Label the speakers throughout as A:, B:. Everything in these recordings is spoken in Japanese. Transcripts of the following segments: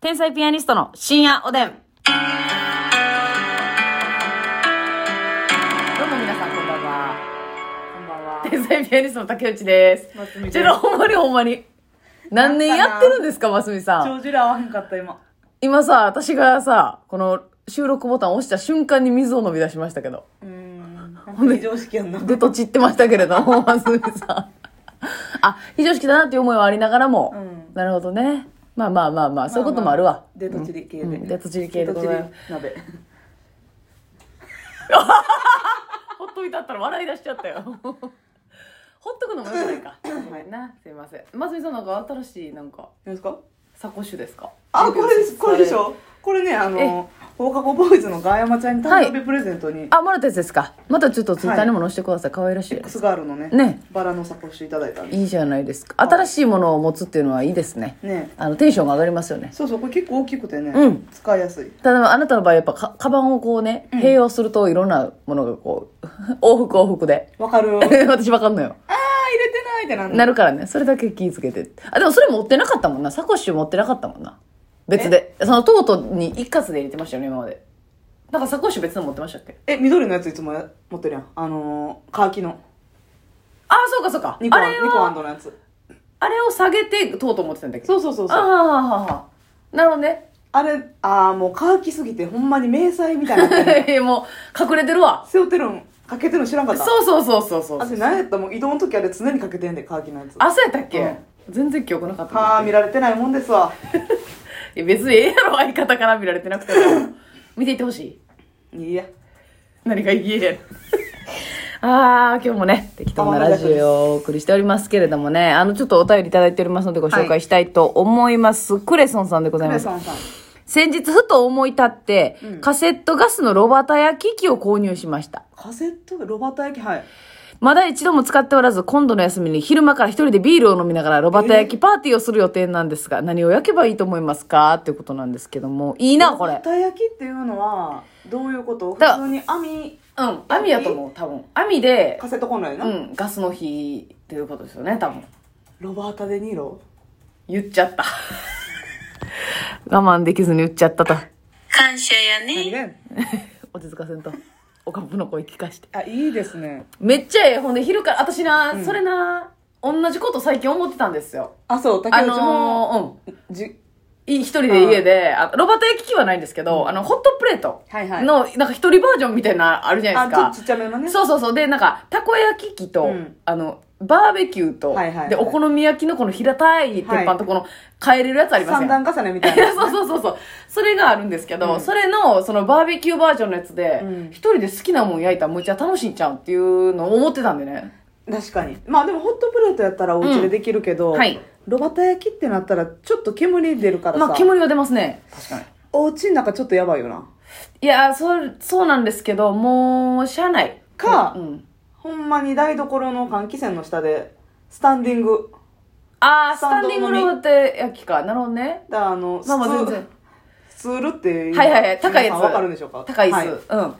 A: 天才ピアニストの深夜おでん。どうも皆さん、こんばんは。
B: こんばんは。
A: 天才ピアニストの竹内です。
B: ますみ
A: ち
B: で
A: ょ
B: す
A: っとほんまにほんまに。何年やってるんですか、ますみさん。
B: 長寿ら合わへんかった今。
A: 今さ、私がさ、この収録ボタン押した瞬間に水を飲み出しましたけど。
B: うーん。なんか非常識やんな。
A: で、とちってましたけれど も、ますみさん。あ、非常識だなっていう思いはありながらも、
B: うん
A: なるほどね。まあまあまあまあ、そういうこともあるわ。
B: デートチリ系で。
A: うんデートチリ系でございます
B: デートチリ鍋。
A: ほっといたったら笑い出しちゃったよ。 ほっとくのもよくないか。ごめんな、すいません。ますみさんなんか新しい、なんか、
B: 何ですか
A: サコッシュですか
B: あ、これです、これでしょこれね、あの、放課後ボーイズのガヤマちゃんに誕生
A: は
B: 日プレゼントに、
A: あ、もらったやつですか。またちょっとツイッターにも載せてください。可愛らしいです。
B: X ガールのね、
A: ね
B: バラのサコッシュいただいたんで。
A: いいじゃないですか。新しいものを持つっていうのはいいですね。
B: ね
A: あの、テンションが上がりますよね。
B: そうそう、これ結構大きくてね、
A: うん
B: 使いやすい。
A: ただ、あなたの場合やっぱか、カバンをこうね、併用するといろんなものがこう、 往復往復で。
B: わかる あー、入れ
A: 私わかんのよ。
B: てないってなん
A: なるからね、それだけ気ぃつけて。あ、でもそれ持ってなかったもんな。サコッシュ持ってなかったもんな。別で。そのトートに一括で入れてましたよね、今まで。なんかサコッシュ別の持ってましたっけ
B: え、緑のやついつもや持ってるやん。あのー、カーキの。
A: あ、そうかそうか。
B: ニコ
A: あ
B: ア
A: れ
B: ンニコアン
A: は、
B: ドのやつ。
A: あれを下げてトート持ってたんだっけど。
B: そうそうそう
A: あ
B: そう。
A: ああああ、なるほどね。
B: あれ、あーもう乾きすぎて、ほんまに迷彩みたいになって る。
A: もう、隠れてるわ。
B: 背負ってるん、かけてるん知らんかった。
A: そうそうそうそうそう。
B: あ、それ何やったもう移動の時あれ常にかけてんで、乾きのやつ。は
A: 朝やったっけ、
B: うん
A: 全然記憶なかったな。
B: あ、見られてないもんですわ。
A: え別にええやろ、相方から見られてなくて も。見ていってほしい。
B: いや。
A: 何が言えやあー今日もね適当なラジオをお送りしておりますけれどもねあのちょっとお便りいただいておりますのでご紹介したいと思います、クレソンさんでござい
B: ク
A: ま
B: レ
A: す
B: ソンさん。
A: 先日ふと思い立って、
B: うん
A: カセットガスのロバタ焼き機を購入しました
B: カセットロバタ焼き、はい。
A: まだ一度も使っておらず今度の休みに昼間から一人でビールを飲みながらロバタ焼きパーティーをする予定なんですが、何を焼けばいいと思いますかっていうことなんですけどもいいなこ
B: ロバ
A: れ
B: タ焼きっていうのは、どういうこと
A: だ
B: 普通に網、
A: うん網やと思う多分網で
B: カセットコンロやな。
A: うんガスの火っていうことですよね多分
B: ロバータ・デ・ニーロ
A: 言っちゃった。我慢できずに言っちゃったと。
C: 感謝やね。
B: 何がやねん
A: 落ち着かせんと。おかっぷの声聞かして。
B: あ、いいですね。
A: めっちゃええ。ほんで昼から、私な、それな、同じこと最近思ってたんですよ。
B: あ、そう、
A: あ
B: 竹内も、
A: のー、うん。
B: じ、
A: い一人で家で、あロバート焼き器はないんですけど、あの、ホットプレート
B: はいはい
A: の、なんか一人バージョンみたいなのあるじゃない
B: あ、
A: で
B: ち
A: す
B: ょ
A: か。
B: っとちっちゃめのね。
A: そうそうそう。で、なんか、たこ焼き器と、
B: うん
A: あの、バーベキューと、
B: はいはいはい
A: で、お好み焼きのこの平たい鉄板とこの、変えれるやつあります
B: 三
A: よ
B: 段重ねみたい
A: いや
B: な。
A: そうそうそうそうそれがあるんですけど、
B: うん
A: それのそのバーベキューバージョンのやつで一、
B: うん
A: 人で好きなもん焼いたらむっちゃ楽しいんちゃうんっていうのを思ってたんでね
B: 確かにまあでもホットプレートやったらお家でできるけど、
A: うんはい
B: ロバタ焼きってなったらちょっと煙出るからさ、
A: まあ煙は出ますね確かに
B: お家の中ちょっとやばいよない
A: やそうそうなんですけどもうしゃあない
B: か
A: うん、
B: ほんまに台所の換気扇の下でスタンディング
A: ああス
B: ス
A: タ
B: タ
A: ン
B: ン
A: デ
B: ド
A: ィング
B: のみ
A: ローテ焼きかなるほどね
B: だからあの
A: まあまあ
B: スツー
A: 全然
B: スツールっていう
A: はいはいはい高いやつ
B: 皆さんわかるんでしょうか
A: 高い椅子、
B: は
A: うん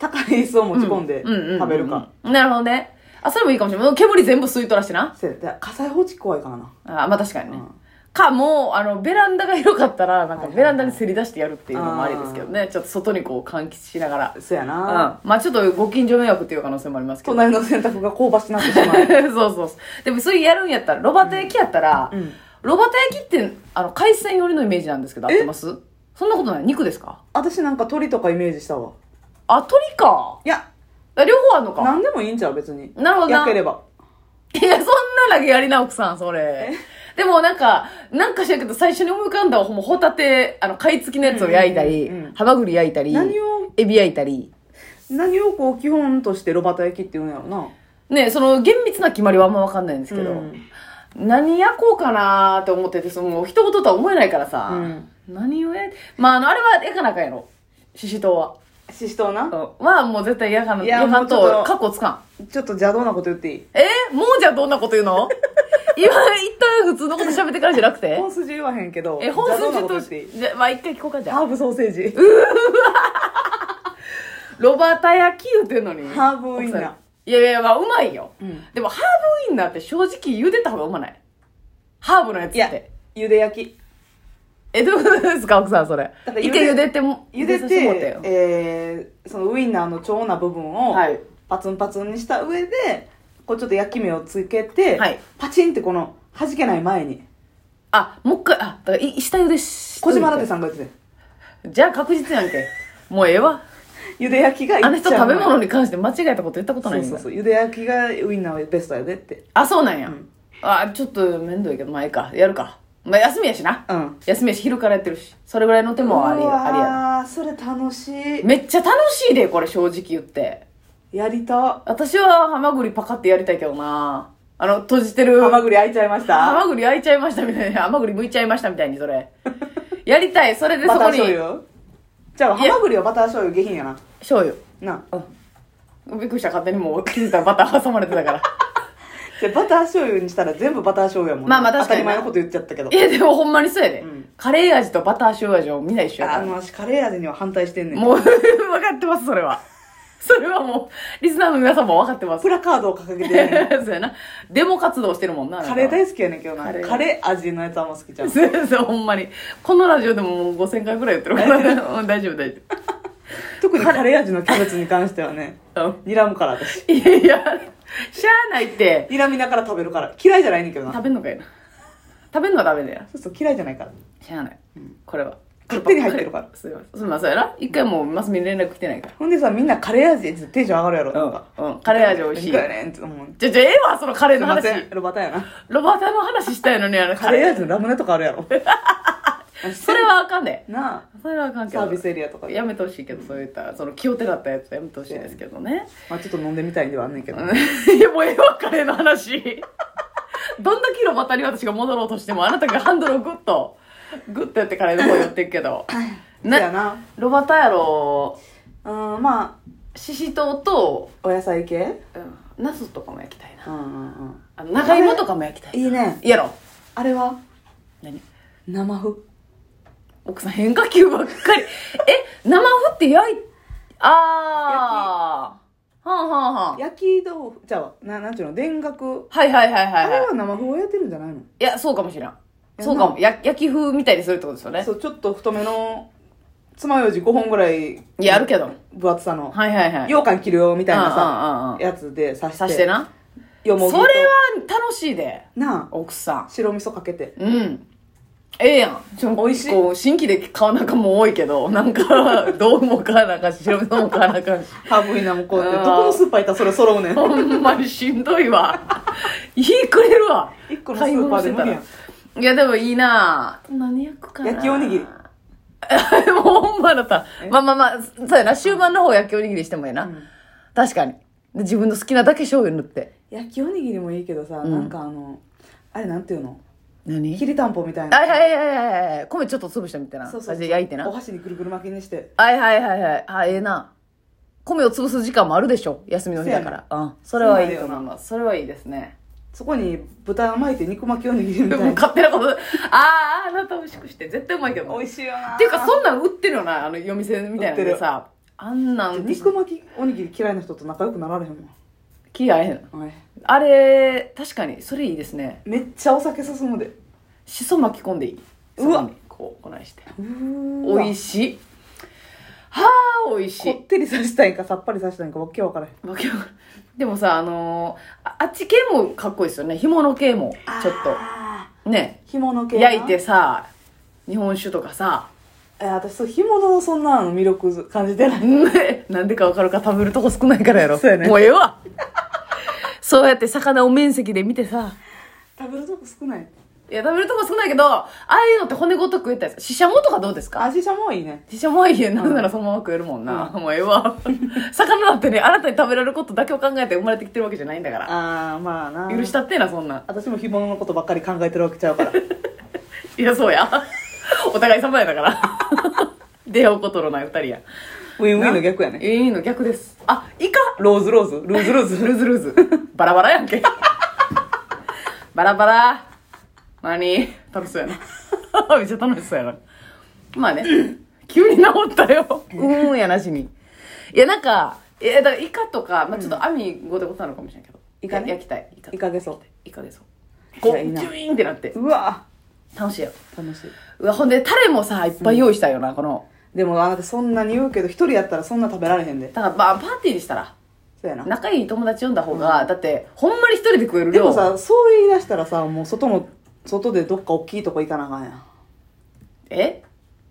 B: 高い椅子を持ち込んで
A: うんうんうん
B: 食べるか、
A: なるほどねあそれもいいかもしれない煙全部吸い取らしてな
B: せやで火災報知怖いからな
A: あーまあ確かにね、
B: うん
A: かもうあのベランダが広かったらなんかベランダにせり出してやるっていうのもあ
B: はい
A: り
B: はい
A: で
B: はい
A: すけどね、ちょっと外にこう換気しながら、
B: そや
A: うん、
B: な、
A: まあちょっとご近所迷惑っていう可能性もありますけど
B: 隣の洗濯が香ばしくなってしま
A: そ
B: う
A: うそうそうでもそういうやるんやったらロバタ焼きやったら、
B: うんうん
A: ロバタ焼きってあの海鮮寄りのイメージなんですけど合ってますそんなことない肉ですか
B: 私なんか鳥とかイメージしたわ
A: あ鳥か
B: いや
A: あ両方あんのか
B: 何でもいいんちゃう別に
A: なるほどな
B: 焼ければ
A: いやそんなだけやりな奥さんそれでもなんかなんかしらんけど最初に思い浮かんだはほんまホタテあの貝付きのやつを焼いたり、
B: うんうんうん
A: ハマグリ焼いたり
B: 何を
A: エビ焼いたり。
B: 何をこう基本としてロバタ焼きって言うんやろな
A: ねその厳密な決まりはあんま分かんないんですけど、
B: うん
A: 何焼こうかなーって思ってて、その、一言とは思えないからさ、
B: うん
A: 何をや、まあ、あの、あれはやかなあかんやろ。ししとうは。
B: ししとうな
A: うんは、もう絶対やかな、
B: いや
A: やかん
B: もうちょ
A: と、
B: っと
A: 過去つかん。
B: ちょっと邪道なこと言っていい
A: えもうじゃあどんなこと言うの今、一旦普通のこと喋ってからじゃなくて
B: 本筋言わへんけど
A: え、本
B: 邪道
A: 筋
B: なこと
A: と
B: 言っていい
A: じゃ、まあ一回聞こうかじゃ
B: ハ
A: あ。
B: ーブソーセージ
A: ロバタ焼き言うてんのに。
B: ハーブウインナー
A: 奥さんいやいや、まあうまいよ。
B: うん
A: でも、ハーブウインナーって正直茹でた方がうまない。ハーブのやつ
B: い
A: っ
B: や
A: て。
B: ゆで焼き
A: え、どういうことですか、奥さん、それ
B: だか。ら
A: 一
B: 茹
A: 回
B: で
A: 茹でても、
B: 茹で
A: さ
B: て
A: せもうよ
B: えーそのウインナーの腸な部分を
A: はい
B: パツンパツンにした上でこうちょっと焼き目をつけて、
A: はい
B: パチンってこの弾けない前に
A: あ、もう一回、あ、だからい、下茹でし。
B: 小島ラテさんが言ってた
A: じゃあ確実やんけ。もうええわ。
B: ゆで焼きがいっちゃ
A: あ
B: う
A: の人食べ物に関して間違えたこと言ったこと
B: そ
A: ないうねん
B: そう
A: だ
B: そうゆで焼きがウインナーはベストやでって
A: あ、そうなんや。
B: ん
A: あ、ちょっと面倒やけど、まあええか。やるか。まあ休みやしな。
B: うん
A: 休みやし、昼からやってるし。それぐらいの手もあり、
B: うわー
A: ありやな。
B: それ楽しい
A: めっちゃ楽しいで、これ正直言って。
B: やりた
A: 私はハマグリパカってやりたいけどな。あの、閉じてる。
B: ハマグリ開いちゃいま
A: ハ
B: した
A: マグリ焼いちゃいましたみたいに、 ハマグリ剥いちゃいましたみたいに、それ。やりたい。それでそ
B: バター
A: こに。
B: 醤油じゃあ
A: い
B: ハ
A: や
B: マグリはバター醤油下品やな
A: 醤油。
B: なあ
A: びっくりした。勝手にもう気づいたらバター挟まれてた から。
B: じゃあバター醤油にしたら全部バター醤油やもんな
A: まあまあ確かに
B: 当たり前のこと言っちゃったけど
A: いや、でもほんまにそうやで。
B: ん
A: カレー味とバター醤油味はみんな一緒やか
B: あ
A: ら。
B: の私カレー味には反対してんねん
A: もう、 分かってます、それは。それはもう、リスナーの皆さんも分かってます。
B: プラカードを掲げてんねん
A: そうやな。デモ活動してるもんな。
B: カレー
A: よ。
B: 大好きやねんけどな
A: カ
B: カ
A: レ
B: レ
A: ー
B: ー味のやつあんま好きじゃん
A: そうそう、ほんまに。このラジオでももう5000回ぐらいやってるから。うん大丈夫、大丈
B: 特にカレー味のキャベツに関してはね
A: 夫。うん
B: 睨むから私
A: いやいや、しゃあないって。
B: 睨みながら食べるから嫌いじゃないねんけどな
A: 食べんのかいな食べんのはダメだよ
B: そうそう嫌いじゃないから
A: 知らない、これは
B: 勝手に入ってるから
A: すいませんすいませんやな一回もうマスミに連絡来てないか
B: ほんでさみんなカレー味ってテンション上がるやろ
A: ら
B: なんか、
A: うん、うん、カレー味美味しい
B: いかやねんって思う
A: じゃじゃええわそのカレー
B: すい
A: の
B: ま
A: 話
B: せんロバタやな
A: ロバータの話したいのにあの
B: カレー味のラムネとかあるやろ
A: それはあかんで、
B: な
A: それはあかん
B: あ
A: けど
B: サービスエリアとかで
A: やめてほしいけどそういったその気を手だったやつやめてほしいですけどね
B: まあちょっと飲んでみたいんではあんねんけど、
A: うんいやもうええわカレーの話どんだけロバータに私が戻ろうとしてもあなたがハンドルをグッとグッとやってカレーの方寄ってるけど
B: そうやな
A: ロバタやろ
B: うんまあ
A: ししとうと、
B: お野菜系
A: うん、ナスとかも焼きたいな
B: うんうん
A: あの長芋とかも焼きた
B: うん
A: い
B: いいね
A: やろ
B: あれは
A: 何
B: 生麩
A: 奥さん変化球ばっかりえ生麩って焼いああはんはんはん
B: 焼き豆腐じゃあななんていうの田楽
A: はいはいはいは
B: あ
A: い、は
B: れ
A: い、
B: は生麩をやってるんじゃないの
A: いやそうかもしれんそうかもや焼き風みたいにするってことですよね
B: そうちょっと太めの爪楊枝5本ぐらい
A: いやあるけど
B: 分厚さの
A: はいはいはい
B: 羊羹切るよみたいな
A: うんうんうんう
B: さ
A: ん
B: やつで刺して
A: 刺してな
B: よ
A: そ
B: も
A: れ
B: ぎと
A: は楽しいで
B: なあ
A: 奥さ
B: 白味噌かけて
A: んうんええやんちょ
B: 美味しい
A: こう新規で買うなんかも多いけどなんか どうも買わなあかんし白身も買わなあかんし
B: ハーブイナもこうやって
A: あー
B: どこのスーパー行ったらそれ揃うねん
A: ほんまにしんどいわ。 言いくれるわ。
B: 一個のスーパーで無理やん
A: いや、でもいいなぁ。何焼くかな
B: 焼きおに ぎり。
A: もうほんまだった。まあまあまあ、そうやな。終盤の方焼きおにぎりしてもええな。
B: ん
A: 確かに。で自分の好きなだけ醤油塗って。
B: 焼きおにぎりもいいけどさ
A: ん
B: なんかあのあれなんていうの
A: 何
B: きりたんぽみたい
A: はい
B: な
A: はいはいはいはい。米ちょっと潰したみたいな
B: そう
A: 感
B: そう
A: じで焼いてな。
B: お
A: は
B: 箸にくるくる巻きにして
A: いはいはいはい。あ、ええな。米を潰す時間もあるでしょ。休みの日だから。うん。それはいいと思います。それはいいですね。
B: そこに豚巻いて肉巻きおにぎりみ
A: で
B: た
A: も
B: いな
A: 勝手なこと、ああ、あなた美味しくして、絶対うまいけど。っ
B: 美味しいよな
A: ていうか、そんなん売ってるよな、あの、夜店みたいなのでさ、あんなん、
B: 肉巻きおにぎり嫌いな人と仲良くなられへんも
A: 気合えへん。
B: ん、はい、
A: あれ、確かに、それいいですね。
B: めっちゃお酒進むで
A: しそ巻き込んでいい。
B: うわ
A: そこにこう、こないして。
B: お
A: 美味
B: しい
A: しい。はあ、美味し
B: こ
A: い
B: っ。てりさしたいんかさっぱりさしたいんかわけわからへん
A: わけわからん でもさ、あのーああっち系もかっこいいですよね。紐の系も、ちょっ
B: あ
A: と。ね。
B: ー干物系な
A: 焼いてさ、日本酒とかさ、
B: え私そう干物のそんなの魅力感じてない
A: ねなんでかわかるか食べるとこ少ないからやろ。
B: そうやね
A: もうええ わ。そうやって魚を面積で見てさ。
B: 食べるとこ少ない
A: いや、食べるとこ少ないけど、ああいうのって骨ごと食えたやつ。ししゃもとかどうですか
B: 味しゃもいいね
A: ししゃもはいいや、なんならそのまま食えるもんな。もうええ わ。魚だってね、新たに食べられることだけを考えて生まれてきてるわけじゃないんだから。
B: ああまあな
A: 許したってえな、そんなん。
B: 私も干物のことばっかり考えてるわけちゃう から
A: いや、 そうや。お互い様やだから。 出会うことのない二人や。
B: ウィンウィンの逆やね
A: いいの逆です。あ、イカ
B: ローズローズルーズルーズ
A: ルーズルーズ。 バラバラやんけ。バラバラ。何楽しそうやな。 めっちゃ楽しそうやな。まあね。急に治った よ。うんやなしに。いや、なんか、いや、だからイカとか、まあちょっと網語でことなのかもしれんけど。
B: イカね
A: や焼きたい。イカ
B: イカゲソ
A: イカです。
B: い
A: こう、
B: やいいな
A: ジュイーンってなって。
B: うわ
A: 楽しいよ
B: 楽しいう
A: わほんでタレもさいっぱい用意したいよな、この
B: でもあなたそんなに言うけど一人やったらそんな食べられへんで
A: だからまあパーティーにしたら
B: そうやな
A: 仲いい友達呼んだ方が、だってほんまに一人で食える
B: で
A: 量
B: もさそう言い出したらさもう外の外でどっか大きいとこ行かなあかんやん
A: え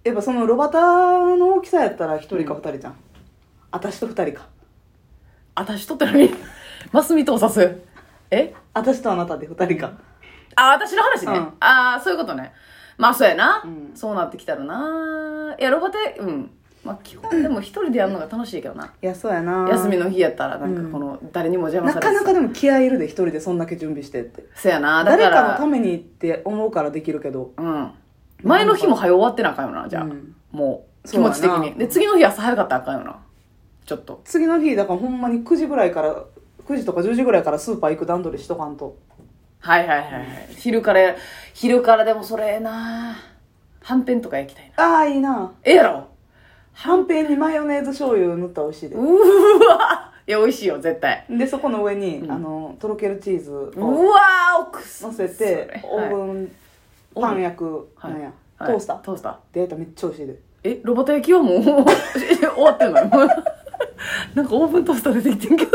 B: やっぱそのロバタの大きさやったら一人か二人じゃん、私と二人か
A: 私とって何 マスミとおさすえ
B: 私とあなたで二人か、
A: あ、私の話ね。
B: うん
A: ああ、そういうことね。まあ、そうやな。
B: うん
A: そうなってきたらな。いや、ロボテ、うん。まあ、基本でも一人でやるのが楽しいけどな。
B: いやそうやな
A: 休みの日やったら、なん
B: うん
A: かこの、誰にも邪魔
B: な
A: され
B: か
A: ず
B: なかでも気合いいるで一人でそんだけ準備してって
A: そうやな。だ
B: 誰
A: から、
B: かのためにって思うからできるけど
A: うん。前の日も早終わってなあかんよな、じゃあ。
B: うん
A: もう、気
B: そう
A: 持
B: やな
A: ち的に。で、次の日朝早かったらあかんよな。ちょっと。
B: 次の日だからほんまに9時ぐらいから9時とか10時ぐらいからスーパー行く段取りしとかんと
A: はいはいはいはい。昼から、昼からでもそれな。はんぺんとか焼きたいな。
B: ああいいな
A: ええやろ
B: はんぺんにマヨネーズ醤油塗ったら美味しいで
A: うーわいや、美味しいよ、絶対。
B: でそこの上に、あのとろけるチーズ
A: う
B: を
A: わー、奥
B: 乗せてオーブンパン焼く、
A: はい
B: なんや、
A: はい
B: トースター
A: トースター
B: データめっちゃ美味しいで
A: えロボタ焼きはもう 終わってんの もうなんかオーブントースター出てきてんけど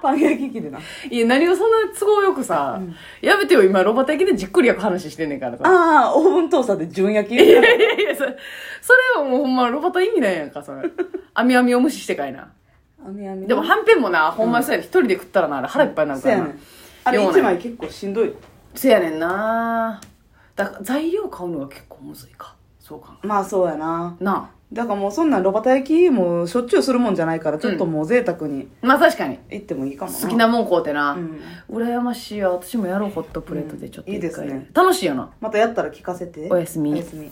B: パン焼き器 でない
A: や何をそんな都合よくさ、やめてよ今ロボタ焼きでじっくり焼く話してんねんからさ
B: ああオーブントースターで純焼き
A: いや いやいやそれそれはもうほんまロボタ意味ないやんかそ れ網網を無視してかいな
B: あみあみ
A: でもはんぺんもなほんまそうやね一、人で食ったらなあれ腹いっぱいになる
B: そ
A: か
B: うや
A: ら
B: ね
A: なん
B: あれ
A: でも
B: 1
A: ね
B: 枚結構しんどい
A: せやねんなだから材料買うのが結構むずいかそうか
B: まあそうやな
A: なな
B: だからもうそんなんロバタ焼きもしょっちゅうするもんじゃないからちょっともう贅沢に
A: あまあ確かに
B: 行ってもいいかも
A: 好きなもん買うてな、
B: うん
A: 羨ましいよ私もやろうホットプレートでちょっと
B: うんいい
A: 一
B: です
A: 回、
B: ね
A: 楽しいよな
B: またやったら聞かせて
A: おやすみ
B: おやすみ